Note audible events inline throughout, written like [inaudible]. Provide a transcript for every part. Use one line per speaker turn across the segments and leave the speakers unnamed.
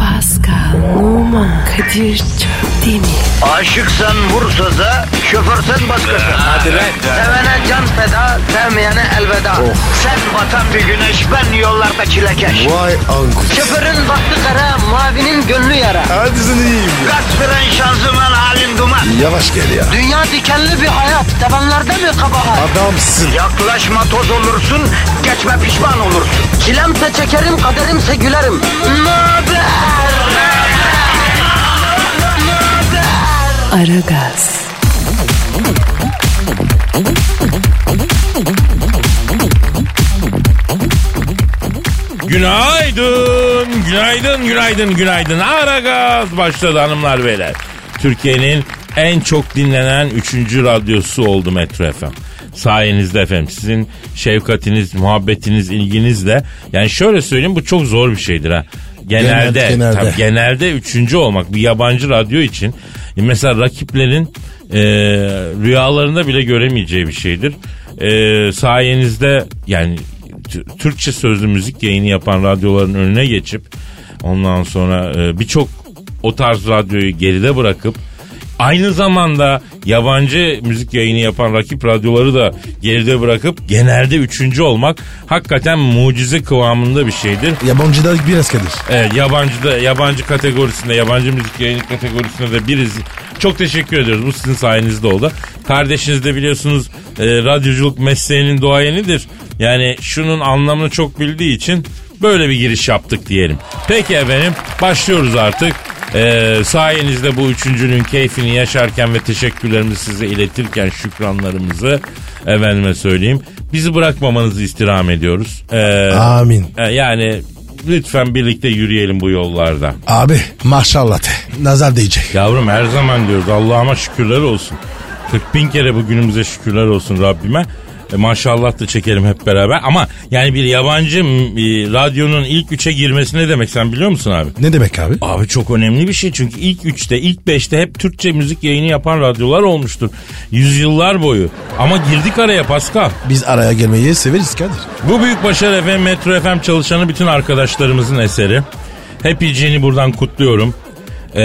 Pascal, Oman, Kadir çok değil mi?
Aşıksan vursa da şoförsen başkasın. Hadi
lan.
Sevene can feda, sevmeyene elveda. Sen batan bir güneş, ben yollarda çilekeş.
Vay anku.
Şoförün baktı kara, mavinin gönlü yara.
Hadi sen iyiyim ya.
Kasperen şanzıman halin duman.
Yavaş gel ya.
Dünya dikenli bir hayat, sevenlerde mi kabahar?
Adamsın.
Yaklaşma toz olursun, geçme pişman olursun. Çilemse çekerim, kaderimse gülerim. Möber!
Aragaz,
Günaydın, günaydın, günaydın, günaydın. Ara gaz başladı hanımlar beyler. Türkiye'nin en çok dinlenen 3. radyosu oldu Metro FM. Sayenizde efendim sizin şefkatiniz, muhabbetiniz, ilginizle. Yani şöyle söyleyeyim bu çok zor bir şeydir ha. Genelde,
Genel- genelde.
tabii genelde üçüncü olmak bir yabancı radyo için e, mesela rakiplerin e, rüyalarında bile göremeyeceği bir şeydir. E, sayenizde yani t- Türkçe sözlü müzik yayını yapan radyoların önüne geçip ondan sonra e, birçok o tarz radyoyu geride bırakıp aynı zamanda yabancı müzik yayını yapan rakip radyoları da geride bırakıp genelde üçüncü olmak hakikaten mucize kıvamında bir şeydir.
Yabancıda biraz Kadir.
Evet yabancı da yabancı kategorisinde yabancı müzik yayını kategorisinde de biriz. Çok teşekkür ediyoruz. Bu sizin sayenizde oldu. Kardeşiniz de biliyorsunuz e, radyoculuk mesleğinin doğayenidir. Yani şunun anlamını çok bildiği için böyle bir giriş yaptık diyelim. Peki efendim başlıyoruz artık. E, sayenizde bu üçüncünün keyfini yaşarken ve teşekkürlerimizi size iletirken şükranlarımızı efendime söyleyeyim. Bizi bırakmamanızı istirham ediyoruz. E,
Amin.
e, Yani lütfen birlikte yürüyelim bu yollarda.
Abi maşallah de. Nazar değecek.
Yavrum her zaman diyoruz Allah'ıma şükürler olsun. 40 bin kere bu günümüze şükürler olsun Rabbime. E, maşallah da çekelim hep beraber. Ama yani bir yabancı m, e, radyonun ilk üçe girmesi ne demek sen biliyor musun abi?
Ne demek abi?
Abi çok önemli bir şey çünkü ilk üçte, ilk beşte hep Türkçe müzik yayını yapan radyolar olmuştur. Yüzyıllar boyu. Ama girdik araya Pascal.
Biz araya gelmeyi severiz Kadir.
Bu büyük başarı FM, Metro FM çalışanı bütün arkadaşlarımızın eseri. Happy'cini buradan kutluyorum. Ee,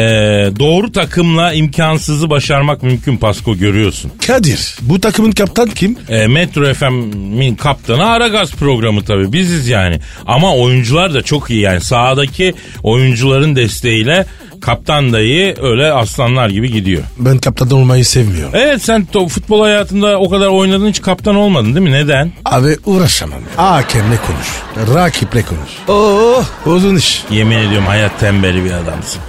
doğru takımla imkansızı başarmak mümkün Pasko görüyorsun.
Kadir bu takımın kaptan kim?
Ee, Metro FM'in kaptanı Aragaz programı tabii biziz yani. Ama oyuncular da çok iyi yani sahadaki oyuncuların desteğiyle kaptan dayı öyle aslanlar gibi gidiyor.
Ben kaptan olmayı sevmiyorum.
Evet sen to- futbol hayatında o kadar oynadın hiç kaptan olmadın değil mi? Neden?
Abi uğraşamam. Hakemle konuş. Rakiple konuş. Oo uzun iş.
Yemin ediyorum hayat tembeli bir adamsın.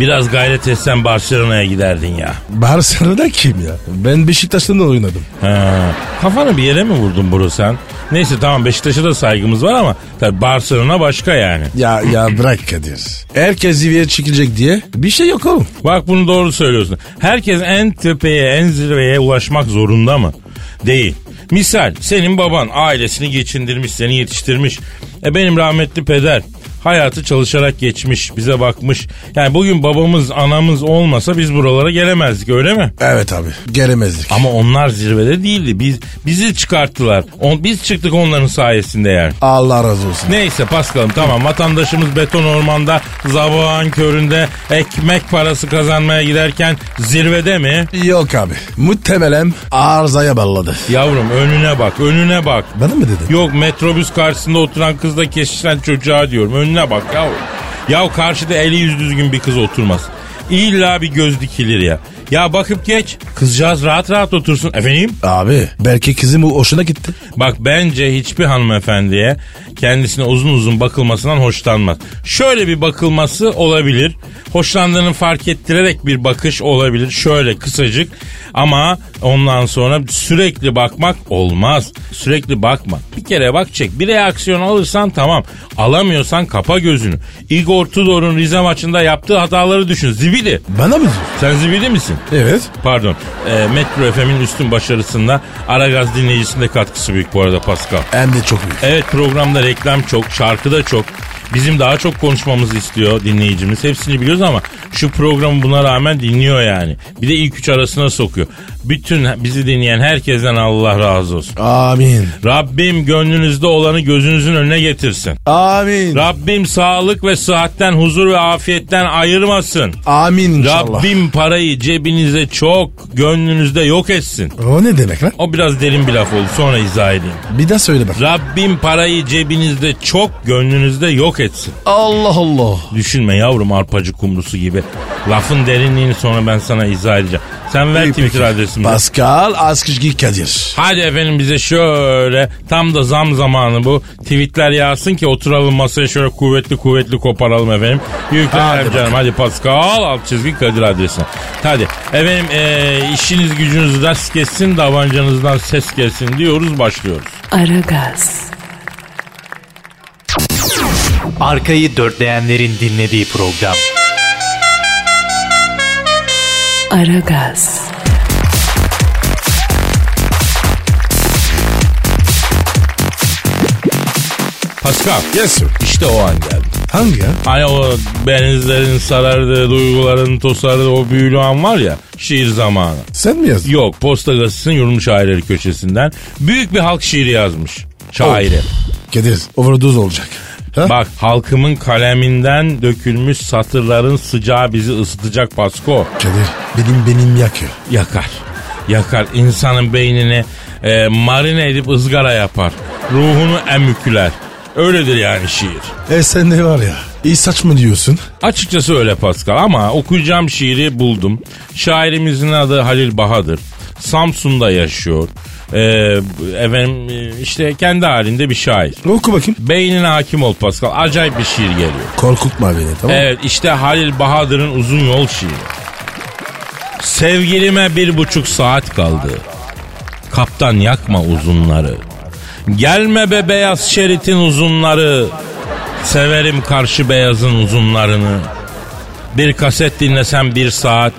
Biraz gayret etsen Barcelona'ya giderdin ya.
Barcelona kim ya? Ben Beşiktaş'ta da oynadım.
Ha, kafanı bir yere mi vurdun bro sen? Neyse tamam Beşiktaş'a da saygımız var ama tabii Barcelona başka yani.
Ya ya bırak Kadir. Herkes zirveye çıkacak diye bir şey yok oğlum.
Bak bunu doğru söylüyorsun. Herkes en tepeye en zirveye ulaşmak zorunda mı? Değil. Misal senin baban ailesini geçindirmiş seni yetiştirmiş. E benim rahmetli peder hayatı çalışarak geçmiş bize bakmış. Yani bugün babamız anamız olmasa biz buralara gelemezdik öyle mi?
Evet abi gelemezdik.
Ama onlar zirvede değildi. Biz bizi çıkarttılar. On, biz çıktık onların sayesinde yani.
Allah razı olsun.
Neyse Paskal'ım tamam vatandaşımız beton ormanda zabağın köründe ekmek parası kazanmaya giderken zirvede mi?
Yok abi. Muhtemelen arızaya balladı.
Yavrum önüne bak önüne bak.
Bana mı dedin?
Yok metrobüs karşısında oturan kızla kesişen çocuğa diyorum önüne bak yavrum. Ya karşıda eli yüz düzgün bir kız oturmaz. İlla bir göz dikilir ya. Ya bakıp geç. Kızcağız rahat rahat otursun. Efendim?
Abi belki kızım hoşuna gitti.
Bak bence hiçbir hanımefendiye kendisine uzun uzun bakılmasından hoşlanmaz. Şöyle bir bakılması olabilir. Hoşlandığını fark ettirerek bir bakış olabilir. Şöyle kısacık ama ondan sonra sürekli bakmak olmaz. Sürekli bakma. Bir kere bak çek. Bir reaksiyon alırsan tamam. Alamıyorsan kapa gözünü. Igor Tudor'un Rize maçında yaptığı hataları düşün. Zibidi.
Bana mı diyorsun?
Sen zibidi misin?
Evet.
Pardon. E, Metro FM'in üstün başarısında Aragaz dinleyicisinde katkısı büyük bu arada Pascal.
Hem de çok büyük.
Evet programda reklam çok, şarkı da çok. Bizim daha çok konuşmamızı istiyor dinleyicimiz. Hepsini biliyoruz ama şu programı buna rağmen dinliyor yani. Bir de ilk üç arasına sokuyor. Bütün bizi dinleyen herkesten Allah razı olsun.
Amin.
Rabbim gönlünüzde olanı gözünüzün önüne getirsin.
Amin.
Rabbim sağlık ve sıhhatten, huzur ve afiyetten ayırmasın.
Amin inşallah.
Rabbim parayı cebinize çok, gönlünüzde yok etsin.
O ne demek lan?
O biraz derin bir laf oldu sonra izah edeyim.
Bir daha söyle bak.
Rabbim parayı cebinizde çok, gönlünüzde yok etsin.
Allah Allah.
Düşünme yavrum arpacı kumrusu gibi. Lafın derinliğini sonra ben sana izah edeceğim. Sen ver Twitter adresimi.
Pascal Askışgi Kadir.
Hadi efendim bize şöyle tam da zam zamanı bu. Tweetler yağsın ki oturalım masaya şöyle kuvvetli kuvvetli koparalım efendim. Yüklenelim
Hadi
canım. Hadi Pascal alt çizgi Kadir adresine. Hadi efendim eee, işiniz gücünüz rast kessin davancanızdan ses gelsin diyoruz başlıyoruz.
Aragaz,
Arkayı dörtleyenlerin dinlediği program.
Aragaz,
Pascal
Yes sir.
işte o an geldi.
Hangi ya?
Hani o benizlerin sarardığı duyguların tosardığı o büyülü an var ya şiir zamanı.
Sen mi yazdın?
Yok Posta Gazetesi'nin yorum şairleri köşesinden büyük bir halk şiiri yazmış. Şairi.
Kadir overdose olacak. Ha?
Bak halkımın kaleminden dökülmüş satırların sıcağı bizi ısıtacak Pasko.
Kadir benim benim yakıyor.
Yakar. Yakar. insanın beynini e, marine edip ızgara yapar. Ruhunu emüküler. Öyledir yani şiir.
E sen ne var ya? İyi saçma diyorsun.
Açıkçası öyle Pascal ama okuyacağım şiiri buldum. Şairimizin adı Halil Bahadır. Samsun'da yaşıyor. Ee, efendim e, işte kendi halinde bir şair.
Oku bakayım.
Beynine hakim ol Pascal. Acayip bir şiir geliyor.
Korkutma beni tamam mı?
Evet işte Halil Bahadır'ın uzun yol şiiri. Sevgilime bir buçuk saat kaldı. Kaptan yakma uzunları. Gelme be beyaz şeritin uzunları. Severim karşı beyazın uzunlarını. Bir kaset dinlesem bir saat.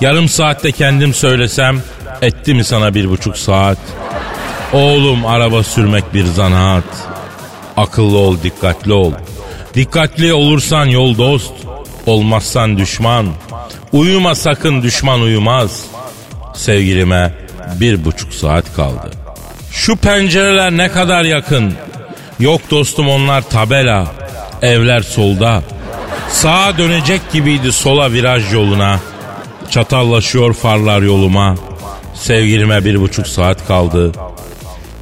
Yarım saatte kendim söylesem etti mi sana bir buçuk saat? Oğlum araba sürmek bir zanaat. Akıllı ol, dikkatli ol. Dikkatli olursan yol dost, olmazsan düşman. Uyuma sakın düşman uyumaz. Sevgilime bir buçuk saat kaldı. Şu pencereler ne kadar yakın. Yok dostum onlar tabela. Evler solda. Sağa dönecek gibiydi sola viraj yoluna. Çatallaşıyor farlar yoluma. Sevgilime bir buçuk saat kaldı.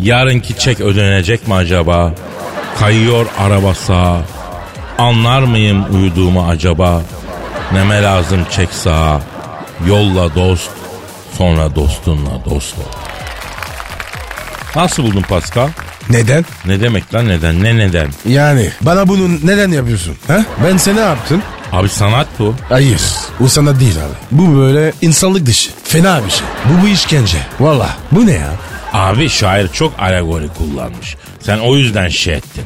Yarınki çek ödenecek mi acaba? Kayıyor araba sağa. Anlar mıyım uyuduğumu acaba? Neme lazım çek sağa. Yolla dost, sonra dostunla dost ol. Nasıl buldun Pascal?
Neden?
Ne demek lan neden? Ne neden?
Yani bana bunu neden yapıyorsun? Ha? Ben seni ne yaptım?
Abi sanat bu.
Hayır. Bu sana değil abi. Bu böyle insanlık dışı. Fena bir şey. Bu bu işkence. Valla. Bu ne ya?
Abi şair çok alegori kullanmış. Sen o yüzden şey ettin.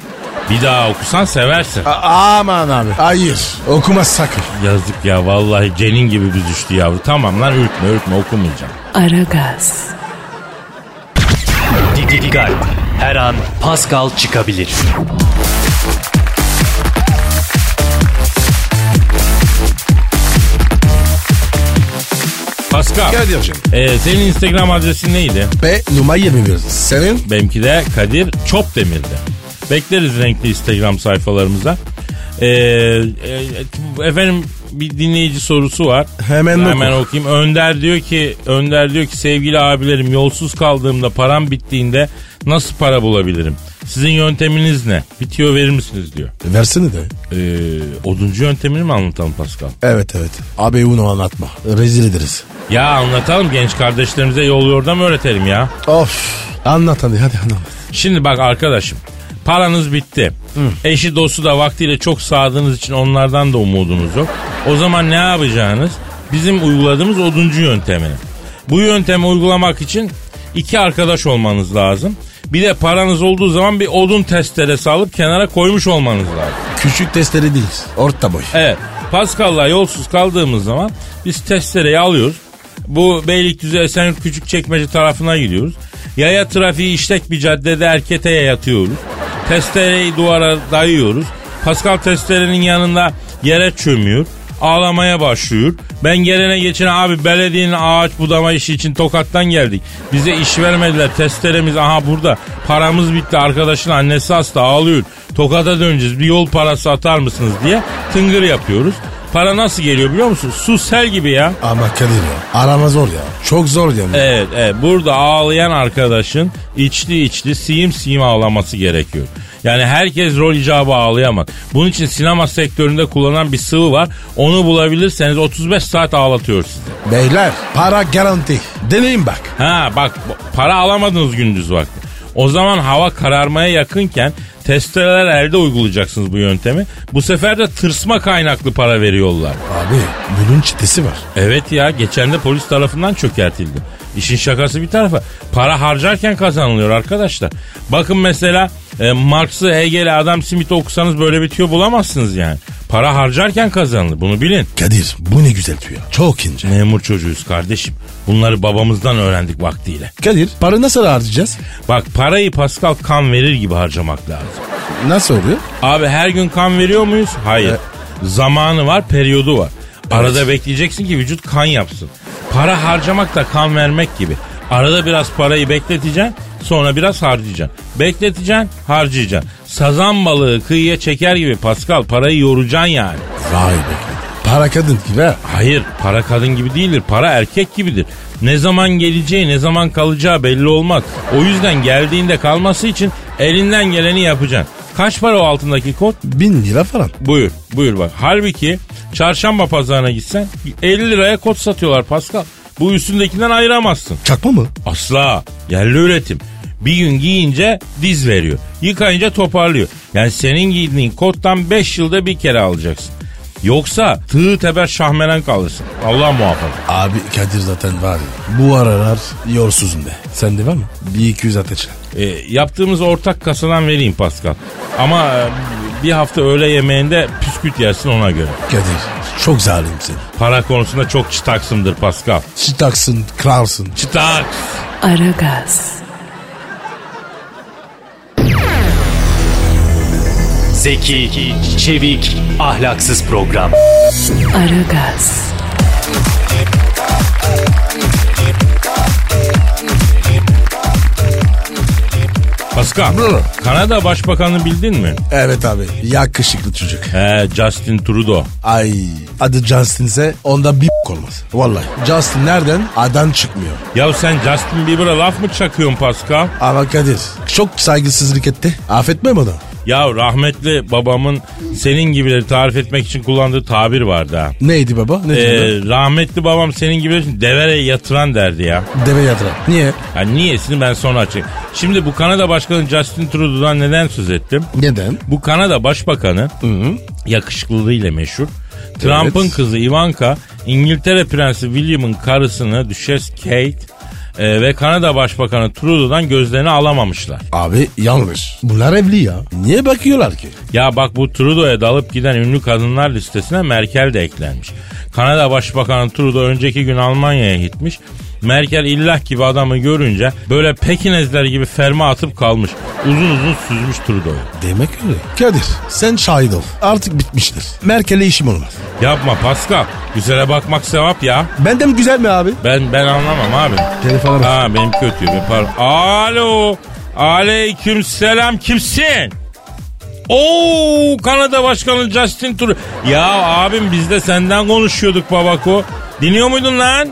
Bir daha okusan seversin.
A- aman abi. Hayır. Okuma sakın.
Yazık ya vallahi cenin gibi büzüştü yavru. Tamam lan ürkme ürkme okumayacağım.
Aragaz,
Didi Digal. Her an Pascal çıkabilir.
Pascal.
Kadir'cim.
Ee, senin Instagram adresin neydi?
Ve numara 21. Senin?
Benimki de Kadir Çopdemir'di. Bekleriz renkli Instagram sayfalarımıza. Ee, e, efendim bir dinleyici sorusu var.
Hemen
Hemen okuyayım. Önder diyor ki Önder diyor ki sevgili abilerim yolsuz kaldığımda param bittiğinde nasıl para bulabilirim? Sizin yönteminiz ne? Bitiyor verir misiniz diyor.
Versene de.
Ee, oduncu yöntemini mi anlatalım Pascal?
Evet evet. Abi bunu anlatma. Rezil ederiz.
Ya anlatalım genç kardeşlerimize yol yordam öğretelim ya.
Of. Anlat hadi hadi anlat.
Şimdi bak arkadaşım paranız bitti. Eşi dostu da vaktiyle çok sağdığınız için onlardan da umudunuz yok. O zaman ne yapacağınız? Bizim uyguladığımız oduncu yöntemini. Bu yöntemi uygulamak için iki arkadaş olmanız lazım. Bir de paranız olduğu zaman bir odun testeresi alıp kenara koymuş olmanız lazım.
Küçük testleri değil. Orta boy.
Evet. Pascal'la yolsuz kaldığımız zaman biz testereyi alıyoruz. Bu Beylikdüzü Esenyurt Küçükçekmece tarafına gidiyoruz. Yaya trafiği işlek bir caddede erketeye yatıyoruz. Testereyi duvara dayıyoruz. Pascal testerenin yanında yere çömüyor. Ağlamaya başlıyor. Ben gelene geçene abi belediyenin ağaç budama işi için tokattan geldik. Bize iş vermediler. Testeremiz aha burada. Paramız bitti. Arkadaşın annesi hasta ağlıyor. Tokata döneceğiz. Bir yol parası atar mısınız diye tıngır yapıyoruz. Para nasıl geliyor biliyor musun? Su sel gibi ya.
Ama Kadir ya. Arama zor ya. Çok zor ya.
Evet, evet. Burada ağlayan arkadaşın içli içli siyim siyim ağlaması gerekiyor. Yani herkes rol icabı ağlayamaz. Bunun için sinema sektöründe kullanan bir sıvı var. Onu bulabilirseniz 35 saat ağlatıyor sizi.
Beyler para garanti. Deneyim bak.
Ha bak bu- para alamadınız gündüz vakti. O zaman hava kararmaya yakınken testereler elde uygulayacaksınız bu yöntemi. Bu sefer de tırsma kaynaklı para veriyorlar.
Abi bunun çitesi var.
Evet ya geçen de polis tarafından çökertildi. İşin şakası bir tarafa. Para harcarken kazanılıyor arkadaşlar. Bakın mesela e, Marx'ı, Hegel'i, Adam Smith'i okusanız böyle bir tüyo bulamazsınız yani. Para harcarken kazanılır bunu bilin.
Kadir bu ne güzel tüy. ya. Çok ince.
Memur çocuğuyuz kardeşim. Bunları babamızdan öğrendik vaktiyle.
Kadir para nasıl harcayacağız?
Bak parayı Pascal kan verir gibi harcamak lazım.
Nasıl oluyor?
Abi her gün kan veriyor muyuz? Hayır. Zamanı var, periyodu var. Arada bekleyeceksin ki vücut kan yapsın. Para harcamak da kan vermek gibi. Arada biraz parayı bekleteceksin, sonra biraz harcayacaksın. Bekleteceksin, harcayacaksın. Sazan balığı kıyıya çeker gibi Pascal parayı yoracaksın yani.
Vay be Kadir. Para kadın gibi ha.
Hayır, para kadın gibi değildir, para erkek gibidir. Ne zaman geleceği, ne zaman kalacağı belli olmaz. O yüzden geldiğinde kalması için elinden geleni yapacaksın. Kaç para o altındaki kot?
Bin lira falan.
Buyur, buyur bak. Halbuki çarşamba pazarına gitsen 50 liraya kot satıyorlar Pascal. Bu üstündekinden ayıramazsın.
Çakma mı?
Asla. Yerli üretim. Bir gün giyince diz veriyor. Yıkayınca toparlıyor. Yani senin giydiğin kottan 5 yılda bir kere alacaksın. Yoksa tığı teber şahmeren kalırsın. Allah muhafaza.
Abi Kadir zaten var ya. Bu aralar yorsuzum de. Sende var mı? Bir iki yüz ateş.
E, yaptığımız ortak kasadan vereyim Pascal. Ama e, bir hafta öğle yemeğinde püsküt yersin ona göre.
Kadir çok zalimsin.
Para konusunda çok çıtaksımdır Pascal.
Çıtaksın, kralsın.
Çıtaks.
Aragaz,
Zeki, çevik, ahlaksız program.
Aragaz,
Pascal,
Buyurun.
Kanada Başbakanı bildin mi?
Evet abi yakışıklı çocuk.
He, Justin Trudeau.
Ay adı Justin ise onda bir [laughs] olmaz. Vallahi Justin nereden? Adan çıkmıyor.
Ya sen Justin Bieber'a laf mı çakıyorsun Pascal?
Ama Kadir çok saygısızlık etti. Affetmem onu.
Ya rahmetli babamın senin gibileri tarif etmek için kullandığı tabir vardı ha.
Neydi baba? Ne
Ee,
dedi?
rahmetli babam senin gibileri için devereye yatıran derdi ya.
Deve yatıran. Niye?
Ya niyesini ben sonra açayım. Şimdi bu Kanada Başkanı Justin Trudeau'dan neden söz ettim?
Neden?
Bu Kanada Başbakanı yakışıklılığıyla meşhur. Trump'ın
Evet.
kızı Ivanka, İngiltere Prensi William'ın karısını Düşes Kate e, ve Kanada Başbakanı Trudeau'dan gözlerini alamamışlar.
Abi yanlış. Bunlar evli ya. Niye bakıyorlar ki?
Ya bak bu Trudeau'ya dalıp giden ünlü kadınlar listesine Merkel de eklenmiş. Kanada Başbakanı Trudeau önceki gün Almanya'ya gitmiş. Merkel illah gibi adamı görünce böyle pekinezler gibi ferma atıp kalmış. Uzun uzun süzmüş Trudeau'yu.
Demek öyle. Kadir sen şahit ol. Artık bitmiştir. Merkel'e işim olmaz.
Yapma Pascal. Güzele bakmak sevap ya.
Benden güzel mi abi?
Ben ben anlamam abi.
Telefona bak.
Aa benim kötü. Ben pardon. Alo. Aleyküm selam. Kimsin? Oo Kanada Başkanı Justin Trudeau. Ya abim biz de senden konuşuyorduk babako. Dinliyor muydun lan?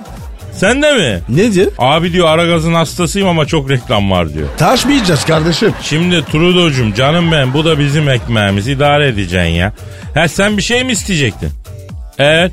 Sen de mi?
Ne diyor?
Abi diyor Aragaz'ın hastasıyım ama çok reklam var diyor.
Taş mı yiyeceğiz kardeşim?
Şimdi Trudeau'cum canım ben bu da bizim ekmeğimiz idare edeceksin ya. Ha sen bir şey mi isteyecektin? Evet.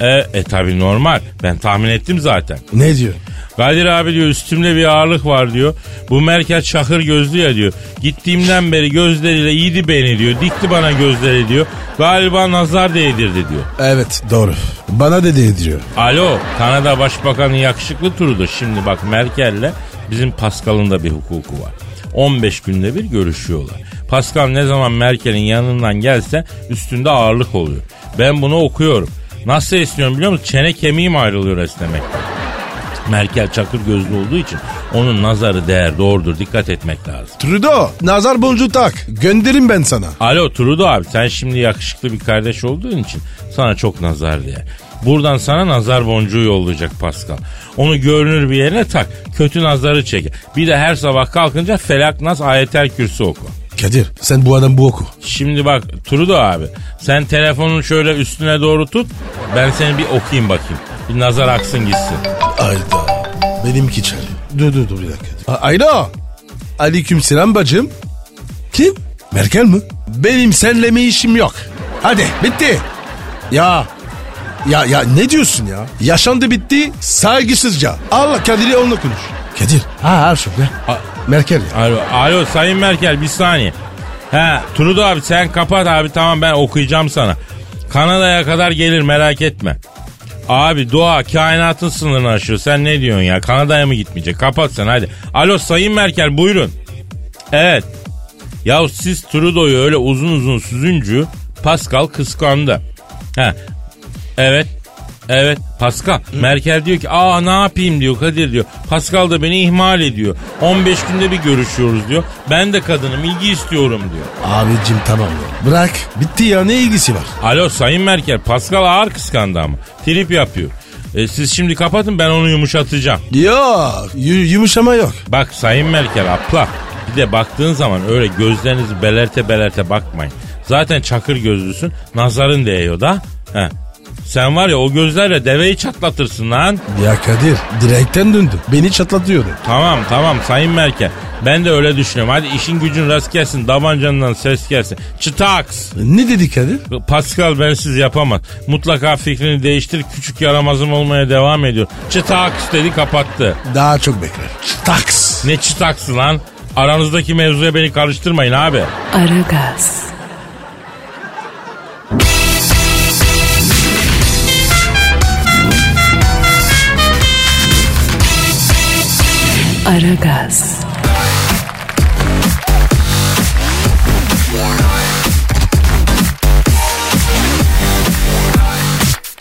E, e tabi normal ben tahmin ettim zaten.
Ne diyor?
Kadir abi diyor üstümde bir ağırlık var diyor. Bu Merkel çakır gözlü ya diyor. Gittiğimden beri gözleriyle yedi beni diyor. Dikti bana gözleri diyor. Galiba nazar değdirdi diyor.
Evet doğru. Bana dedi diyor.
Alo Kanada Başbakanı yakışıklı turudur. Şimdi bak Merkel'le bizim Pascal'ın da bir hukuku var. 15 günde bir görüşüyorlar. Pascal ne zaman Merkel'in yanından gelse üstünde ağırlık oluyor. Ben bunu okuyorum. Nasıl esniyorum biliyor musun? Çene kemiğim ayrılıyor esnemekten. Merkel çakır gözlü olduğu için onun nazarı değer doğrudur dikkat etmek lazım.
Trudeau nazar boncuğu tak. Gönderin ben sana.
Alo Trudeau abi sen şimdi yakışıklı bir kardeş olduğun için sana çok nazar değer. Buradan sana nazar boncuğu yollayacak Pascal. Onu görünür bir yerine tak. Kötü nazarı çeker. Bir de her sabah kalkınca felak nas ayetel kürsü oku.
Kadir sen bu adam bu oku.
Şimdi bak Trudeau abi sen telefonunu şöyle üstüne doğru tut. Ben seni bir okuyayım bakayım. Bir nazar aksın gitsin.
Ayda. Benimki çalıyor. Dur dur dur bir dakika. A- Alo. Aleyküm selam bacım. Kim? Merkel mi? Benim senle mi işim yok. Hadi bitti. Ya. Ya ya ne diyorsun ya? Yaşandı bitti saygısızca. Allah Kadir'e onunla konuş. Kadir. Ha ha şu ya. A- Merkel ya.
Alo, alo Sayın Merkel bir saniye. He Trudeau abi sen kapat abi tamam ben okuyacağım sana. Kanada'ya kadar gelir merak etme. Abi doğa kainatın sınırını aşıyor. Sen ne diyorsun ya? Kanada'ya mı gitmeyecek? Kapat sen hadi. Alo Sayın Merkel buyurun. Evet. Ya siz Trudeau'yu öyle uzun uzun süzüncü Pascal kıskandı. He. Evet. Evet Pascal. Merkel diyor ki aa ne yapayım diyor Kadir diyor. Pascal da beni ihmal ediyor. 15 günde bir görüşüyoruz diyor. Ben de kadınım ilgi istiyorum diyor.
Abicim tamam ya. Bırak. Bitti ya ne ilgisi var?
Alo Sayın Merkel Pascal ağır kıskandı ama. Trip yapıyor. E, siz şimdi kapatın ben onu yumuşatacağım.
Yok. yu- yumuşama yok.
Bak Sayın Merkel abla bir de baktığın zaman öyle gözlerinizi belerte belerte bakmayın. Zaten çakır gözlüsün nazarın değiyor da. He. Sen var ya o gözlerle deveyi çatlatırsın lan.
Ya Kadir direkten döndü. Beni çatlatıyordu.
Tamam tamam Sayın Merkel. Ben de öyle düşünüyorum. Hadi işin gücün rast gelsin. Davancandan ses gelsin. Çıtaks.
Ne dedi Kadir?
Pascal bensiz yapamaz. Mutlaka fikrini değiştir. Küçük yaramazım olmaya devam ediyor. Çıtaks dedi kapattı.
Daha çok bekler. Taks.
Ne çıtaksı lan? Aranızdaki mevzuya beni karıştırmayın abi.
Aragaz, Aragaz,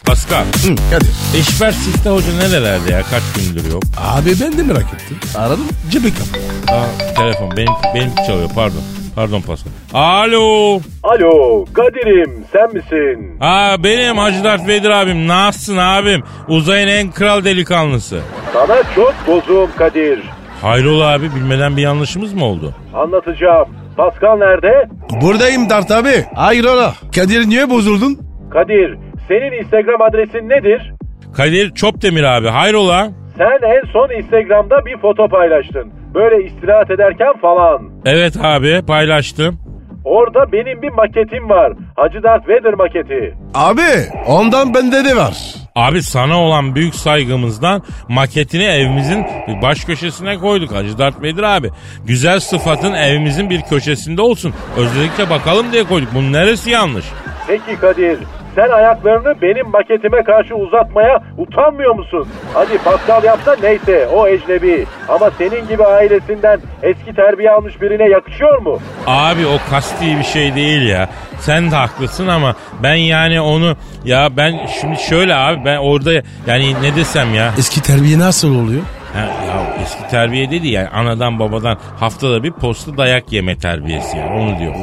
Pascal.
Hı, Kadir.
Eşber Siftah Hoca nerelerde ya? Kaç gündür yok?
Abi ben de merak ettim. Aradım cebe kapı.
Aa, telefon benim, benim çalıyor pardon. Pardon Pascal. Alo.
Alo Kadir'im sen misin?
Aa, benim Hacı Dert Vedir abim. Nasılsın abim? Uzayın en kral delikanlısı.
Sana çok bozuğum Kadir.
Hayrola abi bilmeden bir yanlışımız mı oldu?
Anlatacağım. Pascal nerede?
Buradayım Dart abi. Hayrola? Kadir niye bozuldun?
Kadir senin Instagram adresin nedir?
Kadir Çopdemir abi hayrola?
Sen en son Instagram'da bir foto paylaştın. Böyle istirahat ederken falan.
Evet abi paylaştım.
Orada benim bir maketim var. Hacı Dert Vader maketi.
Abi ondan bende de var.
Abi sana olan büyük saygımızdan maketini evimizin baş köşesine koyduk Hacı Dert Vedir abi. Güzel sıfatın evimizin bir köşesinde olsun. Özellikle bakalım diye koyduk. Bunun neresi yanlış?
Peki Kadir sen ayaklarını benim maketime karşı uzatmaya utanmıyor musun? Hadi Pascal yapsa neyse o ecnebi. Ama senin gibi ailesinden eski terbiye almış birine yakışıyor mu?
Abi o kasti bir şey değil ya. Sen de haklısın ama ben yani onu ya ben şimdi şöyle abi ben orada yani ne desem ya
Eski terbiye nasıl oluyor?
Ha, ya eski terbiye dedi yani anadan babadan haftada bir posta dayak yeme terbiyesi yani onu diyor.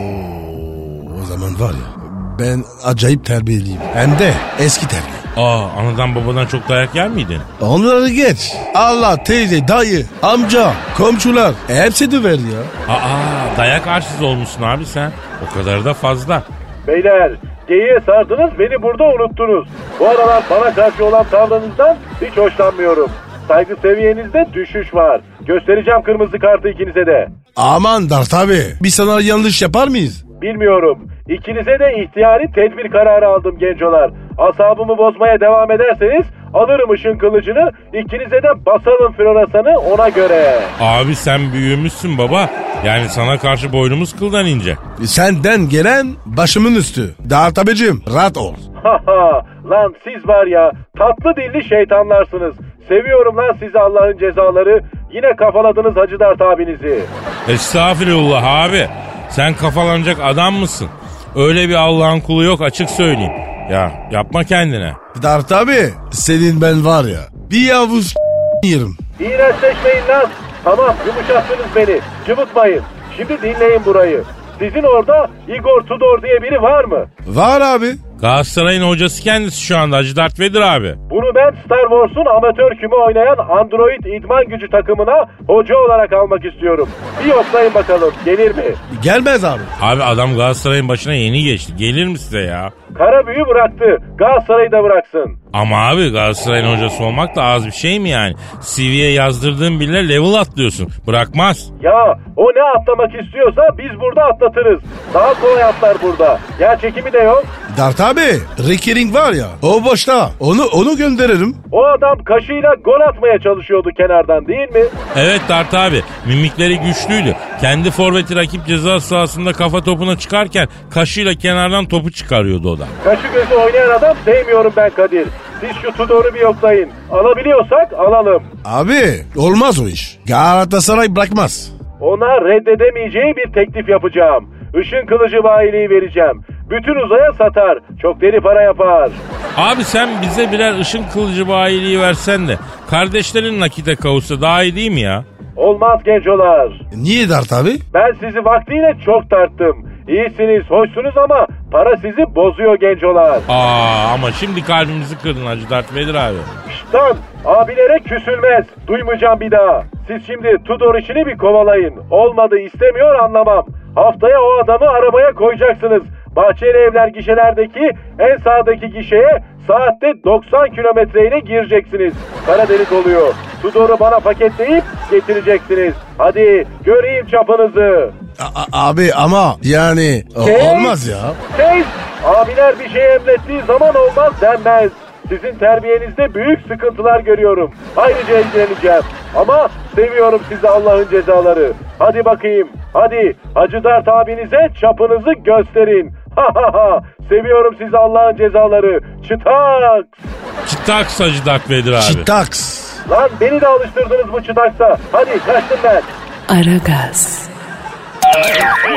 O zaman var ya ben acayip terbiyeliyim. Hem de eski terbiye.
Aa anadan babadan çok dayak yer miydin?
Onları geç. Allah, teyze, dayı, amca, komşular hepsi döver ya.
Aa dayak arsız olmuşsun abi sen. O kadar da fazla.
Beyler geyiğe sardınız beni burada unuttunuz. Bu aralar bana karşı olan tavrınızdan hiç hoşlanmıyorum. Saygı seviyenizde düşüş var. Göstereceğim kırmızı kartı ikinize de.
Aman Dart abi biz sana yanlış yapar mıyız?
Bilmiyorum. İkinize de ihtiyari tedbir kararı aldım gencolar. Asabımı bozmaya devam ederseniz alırım ışın kılıcını. İkinize de basarım floresanı ona göre.
Abi sen büyümüşsün baba. Yani sana karşı boynumuz kıldan ince.
Senden gelen başımın üstü. Dart abicim rahat ol.
Haha lan siz var ya tatlı dilli şeytanlarsınız. Seviyorum lan sizi Allah'ın cezaları. Yine kafaladınız Hacı Dert abinizi.
Estağfirullah abi. Sen kafalanacak adam mısın? Öyle bir Allah'ın kulu yok açık söyleyeyim. Ya yapma kendine.
Dart abi senin ben var ya bir avuç [laughs] yerim.
İğrençleşmeyin lan. Tamam yumuşattınız beni. Cıvıtmayın. Şimdi dinleyin burayı. Sizin orada Igor Tudor diye biri var mı?
Var abi.
Galatasaray'ın hocası kendisi şu anda Hacı Dert Vedir abi.
Bunu ben Star Wars'un amatör küme oynayan Android idman gücü takımına hoca olarak almak istiyorum. Bir yoklayın bakalım gelir mi?
Gelmez abi.
Abi adam Galatasaray'ın başına yeni geçti. Gelir mi size ya?
Kara büyü bıraktı. Galatasaray'ı da bıraksın.
Ama abi Galatasaray'ın hocası olmak da az bir şey mi yani? CV'ye yazdırdığın bile level atlıyorsun. Bırakmaz.
Ya o ne atlamak istiyorsa biz burada atlatırız. Daha kolay atlar burada. Yer çekimi de yok.
Dart abi. Ricky Ring var ya. O boşta. Onu onu gönderirim.
O adam kaşıyla gol atmaya çalışıyordu kenardan değil mi?
Evet Dart abi mimikleri güçlüydü. Kendi forveti rakip ceza sahasında kafa topuna çıkarken kaşıyla kenardan topu çıkarıyordu o da.
Kaşı gözü oynayan adam sevmiyorum ben Kadir. Siz şu Tudor'u bir yoklayın. Alabiliyorsak alalım.
Abi olmaz o iş. Galatasaray bırakmaz.
Ona reddedemeyeceği bir teklif yapacağım. Işın kılıcı bayiliği vereceğim. Bütün uzaya satar. Çok deli para yapar.
Abi sen bize birer ışın kılıcı bayiliği versen de kardeşlerin nakite kavuşsa daha iyi değil mi ya?
Olmaz gencolar.
Niye Dart abi?
Ben sizi vaktiyle çok tarttım. İyisiniz, hoşsunuz ama para sizi bozuyor gencolar.
Aa ama şimdi kalbimizi kırdın Hacı Dert Vedir abi.
Şşt lan, abilere küsülmez. Duymayacağım bir daha. Siz şimdi Tudor işini bir kovalayın. Olmadı istemiyor anlamam. Haftaya o adamı arabaya koyacaksınız. Bahçeli Evler gişelerdeki en sağdaki gişeye saatte 90 kilometreyle gireceksiniz. Karadeniz oluyor. Tudor'u bana paketleyip getireceksiniz. Hadi göreyim çapınızı.
A- a- abi ama yani o-
Kes.
olmaz ya.
Kes! Abiler bir şey emrettiği zaman olmaz denmez. Sizin terbiyenizde büyük sıkıntılar görüyorum. Ayrıca ilgileneceğim. Ama seviyorum sizi Allah'ın cezaları. Hadi bakayım. Hadi Hacı Dert abinize çapınızı gösterin. Ha ha ha. Seviyorum sizi Allah'ın cezaları. Çıtak.
Çıtaks Hacı Dert Vedir abi.
Çitaks.
Lan beni de alıştırdınız bu çıtaksa. Hadi kaçtım ben.
Aragaz,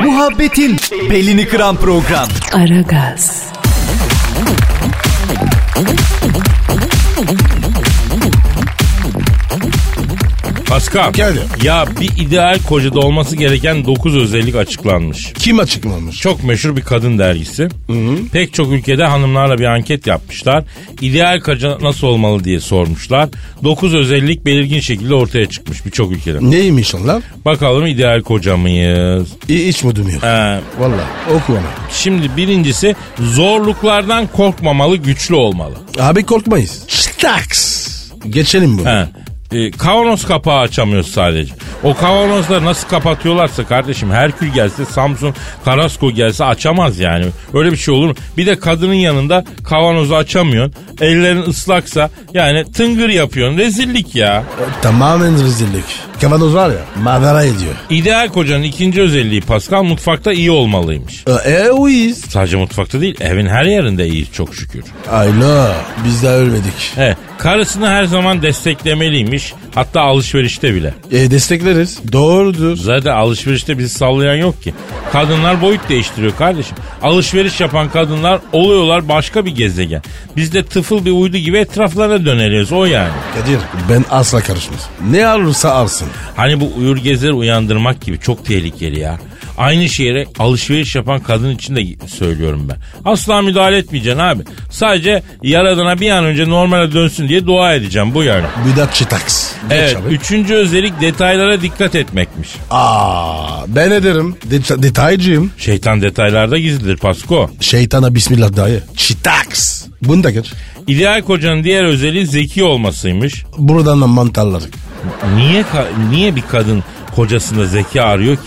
Muhabbetin belini kıran program.
Aragaz,
Paskal.
Geldi.
Ya bir ideal kocada olması gereken 9 özellik açıklanmış.
Kim açıklamış?
Çok meşhur bir kadın dergisi. Pek çok ülkede hanımlarla bir anket yapmışlar. İdeal koca nasıl olmalı diye sormuşlar. 9 özellik belirgin şekilde ortaya çıkmış birçok ülkede.
Neymiş onlar?
Bakalım ideal koca mıyız?
İ- hiç mi dönüyor?
Ee,
Valla oku onu.
şimdi birincisi zorluklardan korkmamalı, güçlü olmalı.
Abi korkmayız. Çitaks. Geçelim bunu.
He. E, kavanoz kapağı açamıyoruz sadece. O kavanozları nasıl kapatıyorlarsa kardeşim Herkül gelse Samsun Karasko gelse açamaz yani. Öyle bir şey olur mu? Bir de kadının yanında kavanozu açamıyorsun. Ellerin ıslaksa yani tıngır yapıyorsun. Rezillik ya.
Tamamen rezillik. Kavanoz var ya madara ediyor.
İdeal kocanın ikinci özelliği Pascal mutfakta iyi olmalıymış.
E, e uyuz.
Sadece mutfakta değil evin her yerinde iyi çok şükür.
Ayla biz de ölmedik.
He, karısını her zaman desteklemeliymiş. Hatta alışverişte bile.
E, destekleriz. Doğrudur.
Zaten alışverişte bizi sallayan yok ki. Kadınlar boyut değiştiriyor kardeşim. Alışveriş yapan kadınlar oluyorlar başka bir gezegen. Biz de tıfıl bir uydu gibi etraflarına döneliyoruz o yani.
Kadir ben asla karışmaz. Ne alırsa alsın.
Hani bu uyur gezer uyandırmak gibi çok tehlikeli ya. Aynı şeye alışveriş yapan kadın için de söylüyorum ben. Asla müdahale etmeyeceksin abi. Sadece yaradana bir an önce normale dönsün diye dua edeceğim bu yani.
Müdat çitaks. Geç
Evet,
abi.
üçüncü özellik detaylara dikkat etmekmiş.
Aa, ben ederim. Det- detaycıyım.
Şeytan detaylarda gizlidir Pasko.
Şeytana bismillah dayı. Çitaks. Bunu da geç.
İdeal kocanın diğer özelliği zeki olmasıymış.
Buradan da mantarları.
Niye ka- niye bir kadın kocasında zeki arıyor ki?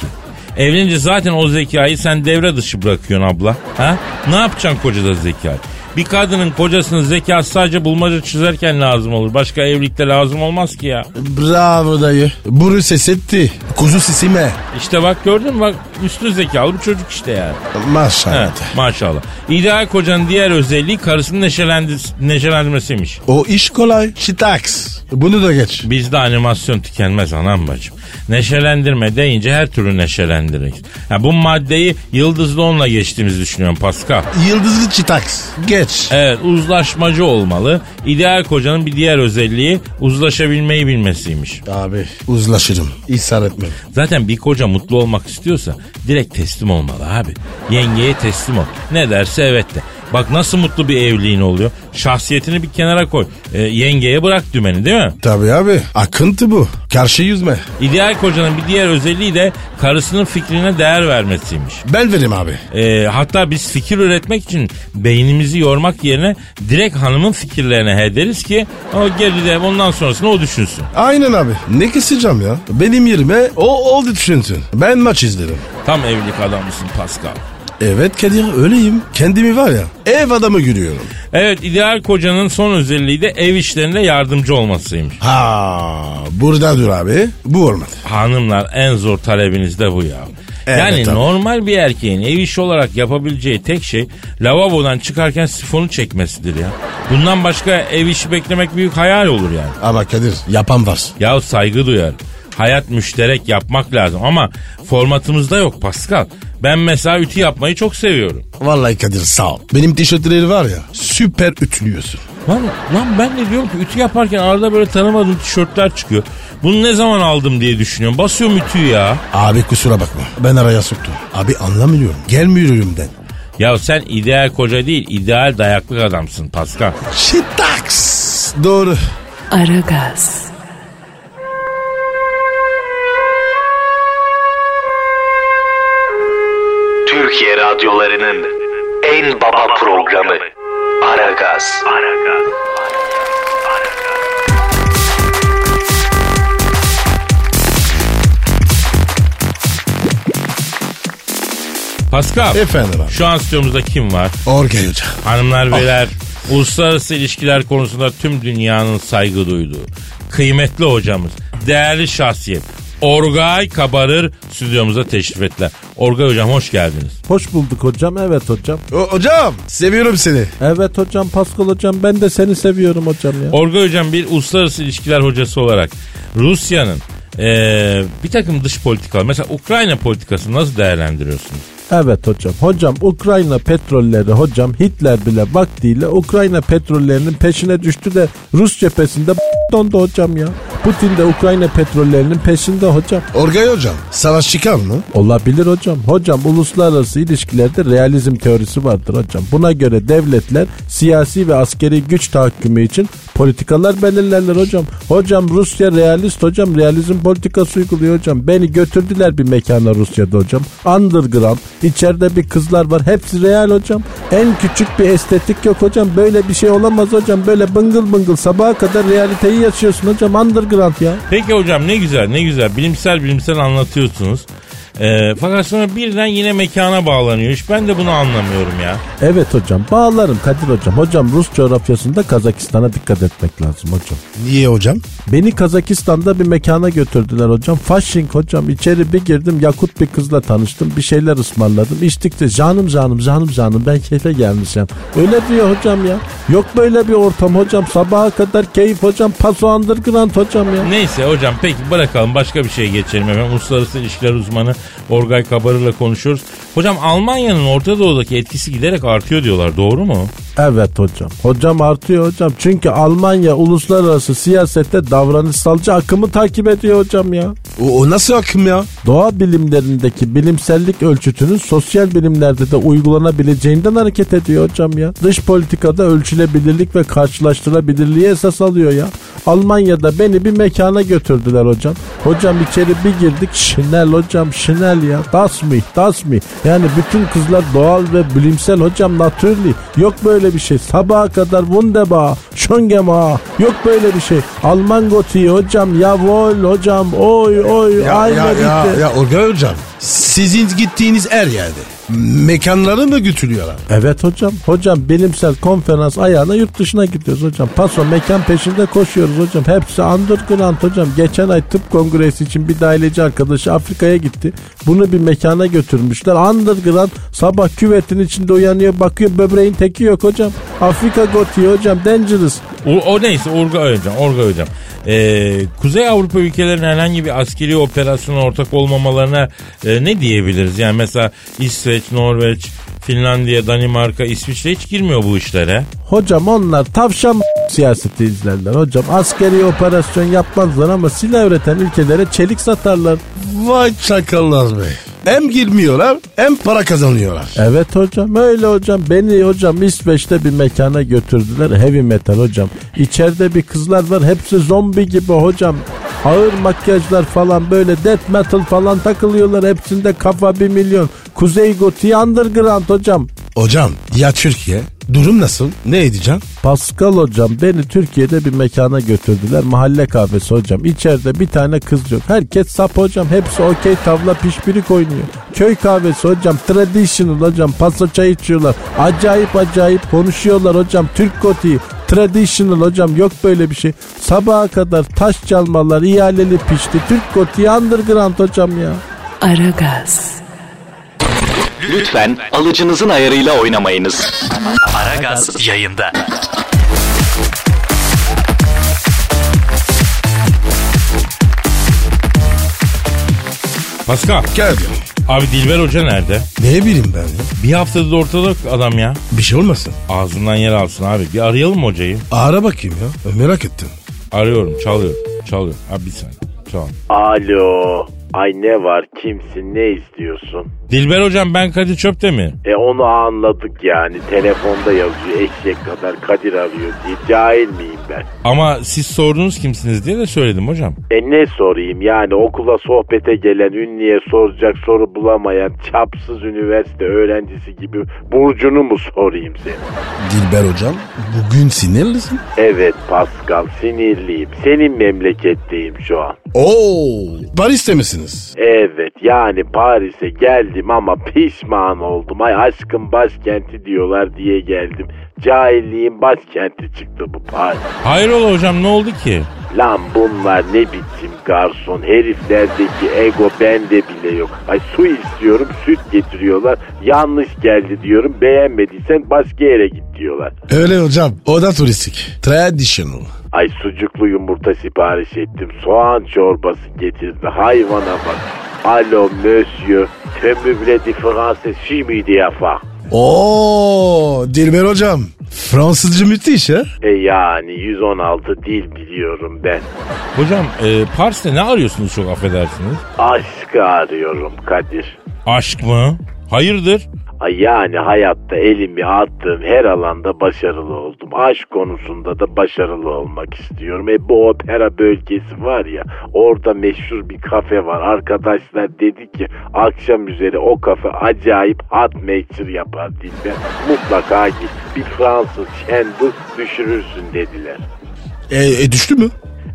Evlenince zaten o zekayı sen devre dışı bırakıyorsun abla. Ha? Ne yapacaksın kocada zekayı? Bir kadının kocasının zekası sadece bulmaca çizerken lazım olur. Başka evlilikte lazım olmaz ki ya.
Bravo dayı. Buru ses etti. Kuzu sesime.
İşte bak gördün mü bak üstün zekalı bir çocuk işte yani.
Maşallah.
Evet, maşallah. İdeal kocanın diğer özelliği karısını neşelendir- neşelendirmesiymiş.
O iş kolay. Şitaks. Bunu da geç.
Bizde animasyon tükenmez anam bacım. Neşelendirme deyince her türlü neşelendiririz. Ya bu maddeyi yıldızlı onunla geçtiğimizi düşünüyorum Pascal.
Yıldızlı çitaks. Geç.
Evet uzlaşmacı olmalı. İdeal kocanın bir diğer özelliği uzlaşabilmeyi bilmesiymiş.
Abi uzlaşırım. İhsar etmem.
Zaten bir koca mutlu olmak istiyorsa direkt teslim olmalı abi. Yengeye teslim ol. Ne derse evet de. Bak nasıl mutlu bir evliliğin oluyor. Şahsiyetini bir kenara koy. E, yengeye bırak dümeni değil mi?
Tabii abi. Akıntı bu. Karşı yüzme.
İdeal kocanın bir diğer özelliği de karısının fikrine değer vermesiymiş.
Ben vereyim abi.
E, hatta biz fikir üretmek için beynimizi yormak yerine direkt hanımın fikirlerine he deriz ki o geride ondan sonrasını o düşünsün.
Aynen abi. Ne keseceğim ya? Benim yerime o oldu düşünsün. Ben maç izlerim.
Tam evlilik adamısın Pascal.
Evet Kadir öyleyim. Kendimi var ya ev adamı görüyorum.
Evet ideal kocanın son özelliği de ev işlerinde yardımcı olmasıymış.
Ha burada dur abi. Bu olmadı.
Hanımlar en zor talebiniz de bu ya.
Evet,
yani
tabii.
normal bir erkeğin ev işi olarak yapabileceği tek şey lavabodan çıkarken sifonu çekmesidir ya. Bundan başka ev işi beklemek büyük hayal olur yani.
Ama Kadir yapan var.
Ya saygı duyar. Hayat müşterek yapmak lazım ama formatımızda yok Pascal. Ben mesela ütü yapmayı çok seviyorum.
Vallahi Kadir sağ ol. Benim tişörtleri var ya süper ütülüyorsun.
Lan, lan ben de diyorum ki ütü yaparken arada böyle tanımadığım tişörtler çıkıyor. Bunu ne zaman aldım diye düşünüyorum. Basıyorum ütüyü ya.
Abi kusura bakma ben araya soktum. Abi anlamıyorum gelmiyorum ben.
Ya sen ideal koca değil ideal dayaklık adamsın Pascal.
Shit tax. Doğru.
Aragaz,
Türkiye radyolarının en baba programı Aragaz.
Pascal
Efendim abi.
şu an stüdyomuzda kim var?
Orgel Hoca.
Hanımlar beyler uluslararası ilişkiler konusunda tüm dünyanın saygı duyduğu kıymetli hocamız, değerli şahsiyet Orgay Kabarır stüdyomuza teşrif ettiler. Orgay hocam hoş geldiniz.
Hoş bulduk hocam. Evet hocam.
O- hocam seviyorum seni.
Evet hocam Pascal hocam ben de seni seviyorum hocam ya.
Orgay hocam bir uluslararası ilişkiler hocası olarak Rusya'nın eee, bir takım dış politikalar mesela Ukrayna politikasını nasıl değerlendiriyorsunuz?
Evet hocam. Hocam Ukrayna petrolleri hocam Hitler bile vaktiyle Ukrayna petrollerinin peşine düştü de Rus cephesinde [laughs] dondu hocam ya. Putin de Ukrayna petrollerinin peşinde hocam.
Orgel Hocam savaş çıkar mı?
Olabilir hocam. Hocam uluslararası ilişkilerde realizm [laughs] teorisi vardır hocam. Buna göre devletler siyasi ve askeri güç tahakkümü için politikalar belirlerler hocam. Hocam Rusya realist hocam. Realizm politikası uyguluyor hocam. Beni götürdüler bir mekana Rusya'da hocam. Underground. içeride bir kızlar var. Hepsi real hocam. En küçük bir estetik yok hocam. Böyle bir şey olamaz hocam. Böyle bıngıl bıngıl sabaha kadar realiteyi yaşıyorsun hocam. Underground ya.
Peki hocam ne güzel ne güzel bilimsel bilimsel anlatıyorsunuz. Eee, fakat sonra birden yine mekana bağlanıyor. iş. Ben de bunu anlamıyorum ya.
Evet hocam bağlarım Kadir hocam. Hocam Rus coğrafyasında Kazakistan'a dikkat etmek lazım hocam.
Niye hocam?
Beni Kazakistan'da bir mekana götürdüler hocam. Fasching hocam içeri bir girdim Yakut bir kızla tanıştım. Bir şeyler ısmarladım. İçtikçe canım canım canım canım ben keyfe gelmişim. Öyle diyor hocam ya. Yok böyle bir ortam hocam. Sabaha kadar keyif hocam. Paso underground hocam ya.
Neyse hocam peki bırakalım başka bir şeye geçelim efendim. Uluslararası ilişkiler uzmanı Orgay Kabarır'la konuşuyoruz. Hocam Almanya'nın Orta Doğu'daki etkisi giderek artıyor diyorlar doğru mu?
Evet hocam. Hocam artıyor hocam. Çünkü Almanya uluslararası siyasette davranışsalcı akımı takip ediyor hocam ya.
O, o nasıl akım ya?
doğa bilimlerindeki bilimsellik ölçütünün sosyal bilimlerde de uygulanabileceğinden hareket ediyor hocam ya. Dış politikada ölçülebilirlik ve karşılaştırılabilirliği esas alıyor ya. Almanya'da beni bir mekana götürdüler hocam. Hocam içeri bir girdik şinel hocam şinel ya. Das mı das mı? Yani bütün kızlar doğal ve bilimsel hocam natürli. Yok böyle bir şey. Sabaha kadar wunderbar, şöngema. Yok böyle bir şey. Alman gotiği hocam, yavol hocam, oy oy
Ya,
Aynen
ya, ya,
bitti.
ya Orgay Hocam sizin gittiğiniz her yerde mekanları mı götürüyorlar?
Evet hocam. Hocam bilimsel konferans ayağına yurt dışına gidiyoruz hocam. Paso mekan peşinde koşuyoruz hocam. Hepsi underground hocam. Geçen ay tıp kongresi için bir daireci arkadaşı Afrika'ya gitti. Bunu bir mekana götürmüşler. Underground sabah küvetin içinde uyanıyor bakıyor böbreğin teki yok hocam. Afrika gotiği hocam dangerous.
O, o neyse orga hocam, orga hocam. Ee, Kuzey Avrupa ülkelerinin herhangi bir askeri operasyona ortak olmamalarına e, ne diyebiliriz? Yani mesela İsveç, Norveç, Finlandiya, Danimarka, İsviçre hiç girmiyor bu işlere.
Hocam onlar tavşan [laughs] siyaseti izlerler hocam. Askeri operasyon yapmazlar ama silah üreten ülkelere çelik satarlar.
Vay çakallar be. Hem girmiyorlar hem para kazanıyorlar.
Evet hocam öyle hocam. Beni hocam İsveç'te bir mekana götürdüler. Heavy metal hocam. İçeride bir kızlar var hepsi zombi gibi hocam. Ağır makyajlar falan böyle death metal falan takılıyorlar. Hepsinde kafa bir milyon. Kuzey Gotiği underground hocam.
Hocam ya Türkiye durum nasıl? Ne edeceğim?
Pascal hocam beni Türkiye'de bir mekana götürdüler. Mahalle kahvesi hocam. İçeride bir tane kız yok. Herkes sap hocam. Hepsi okey tavla pişpirik oynuyor. Köy kahvesi hocam. Traditional hocam. Pasta çay içiyorlar. Acayip acayip konuşuyorlar hocam. Türk gotiği. Traditional hocam yok böyle bir şey. Sabaha kadar taş çalmalar, ihaleli pişti. Türk gotiği underground hocam ya.
Aragaz,
Lütfen alıcınızın ayarıyla oynamayınız. Aragaz yayında.
Pascal,
Gel diyor.
abi Dilber Hoca nerede?
Ne bileyim ben ya.
Bir haftadır ortada yok adam ya.
Bir şey olmasın.
Ağzından yer alsın abi. Bir arayalım hocayı.
Ara bakayım ya. Merak ettim.
Arıyorum, çalıyorum, çalıyorum. Abi bir saniye, çal.
Alo. Ay ne var kimsin ne istiyorsun?
Dilber Hocam ben Kadir Çöptemir.
E onu anladık yani telefonda yazıyor eşek kadar Kadir arıyor diye cahil miyim ben?
Ama siz sordunuz kimsiniz diye de söyledim hocam.
E ne sorayım yani okula sohbete gelen ünlüye soracak soru bulamayan çapsız üniversite öğrencisi gibi burcunu mu sorayım senin?
Dilber hocam bugün sinirlisin.
Evet Pascal sinirliyim senin memleketteyim şu an.
Oo Paris'te misiniz?
Evet yani Paris'e geldim ama pişman oldum. Ay aşkın başkenti diyorlar diye geldim. Cahilliğin başkenti çıktı bu Paris.
Hayrola hocam ne oldu ki?
Lan bunlar ne biçim garson heriflerdeki ego bende bile yok. Ay su istiyorum süt getiriyorlar. Yanlış geldi diyorum beğenmediysen başka yere git diyorlar.
Öyle hocam. O da turistik. Traditional.
Ay sucuklu yumurta sipariş ettim. Soğan çorbası getirdi. Hayvana bak. Alo monsieur. Tömüble de France şimdi diyafa.
Oo Dilber hocam. Fransızca müthiş ya.
E yani 116 dil biliyorum ben.
Hocam e, Paris'te ne arıyorsunuz çok affedersiniz?
Aşkı arıyorum Kadir.
Aşk mı? Hayırdır?
Ay yani hayatta elimi attığım her alanda başarılı oldum. Aşk konusunda da başarılı olmak istiyorum. E bu opera bölgesi var ya orada meşhur bir kafe var. Arkadaşlar dedi ki akşam üzeri o kafe acayip hot nature yapar dilber. Mutlaka git. Bir Fransız şendu düşürürsün dediler.
E, e, düştü mü?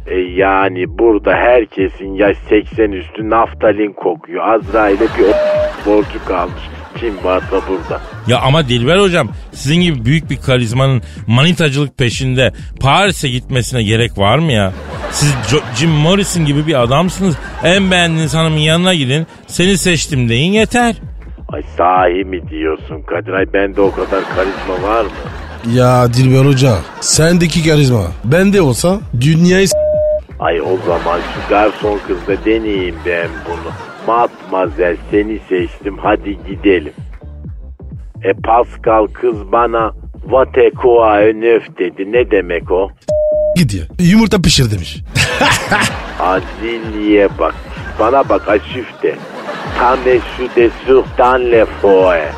E yani burada herkesin yaş 80 üstü naftalin kokuyor. Azrail'e bir o- borcu kalmış. Kim varsa burada.
Ya ama Dilber Hocam sizin gibi büyük bir karizmanın manitacılık peşinde Paris'e gitmesine gerek var mı ya? Siz Jo- Jim Morrison gibi bir adamsınız. En beğendiğiniz hanımın yanına gidin. Seni seçtim deyin yeter.
Ay sahi mi diyorsun Kadir? Ay bende o kadar karizma var mı?
Ya Dilber hoca sendeki karizma. Bende olsa dünyayı s-
Ay o zaman şu garson kızla deneyeyim ben bunu. Matmazel seni seçtim hadi gidelim. E Pascal kız bana Vatekua önöf dedi. Ne demek o?
gidiyor. Yumurta pişir demiş.
Azilliye bak. Bana bak aşifte. Tame şu de surtan le foe.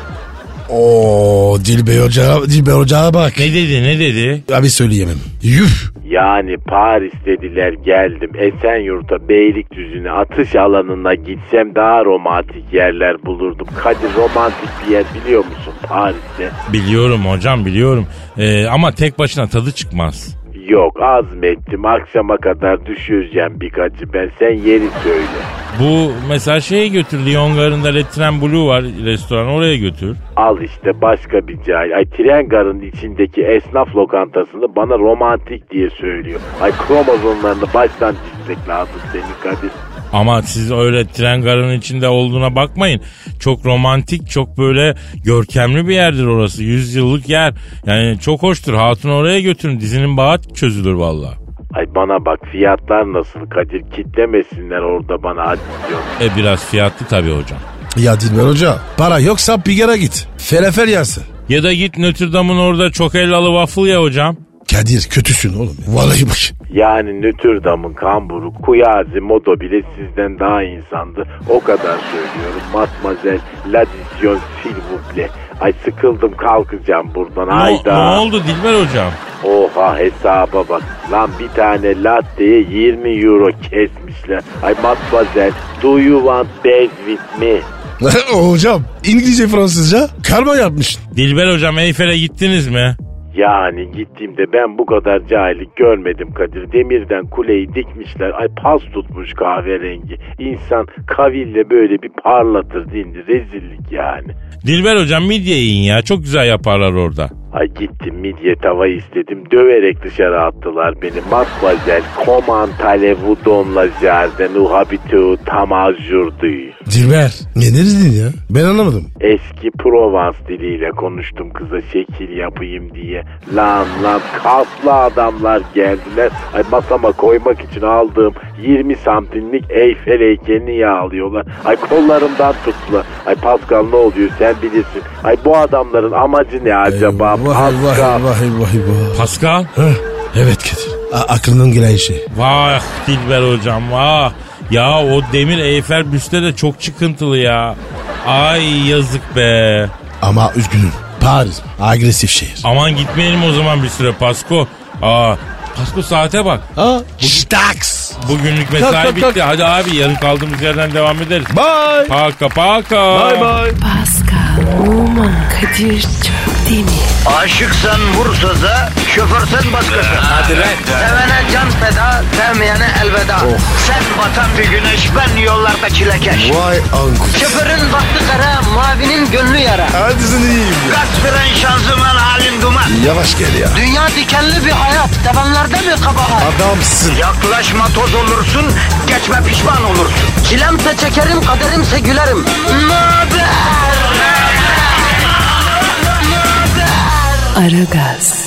Oo Dilber hoca, Dilber hoca bak.
Ne dedi ne dedi?
Abi söyleyemem. Yuh.
Yani Paris dediler geldim. Esenyurt'a Beylikdüzü'ne atış alanına gitsem daha romantik yerler bulurdum. Kadir romantik bir yer biliyor musun Paris'te?
E, Biliyorum hocam biliyorum. Ee, ama tek başına tadı çıkmaz.
Yok azmettim akşama kadar düşüreceğim birkaçı ben sen yeri söyle.
Bu mesela şeye götür. Lyon Garı'nda Letren Blue var restoran oraya götür.
Al işte başka bir cahil. Ay tren garının içindeki esnaf lokantasını bana romantik diye söylüyor. Ay kromozomlarını baştan çizmek lazım senin Kadir.
Ama siz öyle tren garının içinde olduğuna bakmayın. Çok romantik, çok böyle görkemli bir yerdir orası. Yüzyıllık yer. Yani çok hoştur. Hatun oraya götürün. Dizinin bağı çözülür valla.
Ay bana bak fiyatlar nasıl Kadir kitlemesinler orada bana hadi diyorum.
E biraz fiyatlı tabii hocam.
Ya Dilber Hoca para yoksa Piger'e git. Felefel yersin.
Ya da git Notre Dame'ın orada çok ellalı waffle ya hocam.
Kadir kötüsün oğlum. ya. Vallahi bak. [laughs]
Yani Notre Dame'ın kamburu Kuyazi Modo bile sizden daha insandı. O kadar söylüyorum. Matmazel Ladisyon Silvuble. Ay sıkıldım kalkacağım buradan.
Ne-
Hayda.
ne oldu Dilber hocam?
Oha hesaba bak. Lan bir tane latte'ye 20 euro kesmişler. Ay matmazel do you want bed with me?
Hocam İngilizce Fransızca karma yapmışsın.
Dilber hocam Eyfel'e gittiniz mi?
Yani gittiğimde ben bu kadar cahillik görmedim Kadir. Demirden kuleyi dikmişler. Ay pas tutmuş kahverengi. İnsan kaville böyle bir parlatır dindi. Rezillik yani.
Dilber hocam midye yiyin ya. Çok güzel yaparlar orada.
Ay gittim midye tava istedim. Döverek dışarı attılar beni. Matmazel koman talevudonla jarden uhabitu tamajurduyu.
Dilber. Ne ne dedin ya? Ben anlamadım.
Eski Provence diliyle konuştum kıza şekil yapayım diye. Lan lan kaslı adamlar geldiler. Ay masama koymak için aldığım 20 santimlik Eyfel heykelini yağlıyorlar. Ay kollarımdan tuttular. Ay Pascal ne oluyor sen bilirsin. Ay bu adamların amacı ne acaba?
Eyvah eyvah
Pascal.
eyvah eyvah eyvah.
Pascal?
Heh, Evet Kadir. A- aklından gelen şey.
Vah Dilber hocam vah. Ya o demir Eyfel büste de çok çıkıntılı ya. Ay yazık be.
Ama üzgünüm. Paris agresif şehir.
Aman gitmeyelim o zaman bir süre Pasko. Aa Pasko saate bak.
Ha? Staks.
Bugünlük mesai
Kalk, kalk, kalk.
bitti. Hadi abi yarın kaldığımız yerden devam ederiz.
Bye.
Paka paka.
Bye bye.
Pascal, Oman, Kadir çok değil mi?
Aşıksan vursa da, şoförsen başkasın. Hadi Sevene can feda, sevmeyene elveda. Sen batan bir güneş, ben yollarda çilekeş.
Vay anku.
Şoförün baktı kara, mavinin gönlü yara.
Hadi sen iyiyim ya.
Kasperen şanzıman halin duman.
Yavaş gel ya.
Dünya dikenli bir hayat, sevenlerde mi kabahar?
Adamsın.
Yaklaşma toz olursun, geçme pişman olursun. Çilemse çekerim, kaderimse gülerim. Möber!
Aragaz.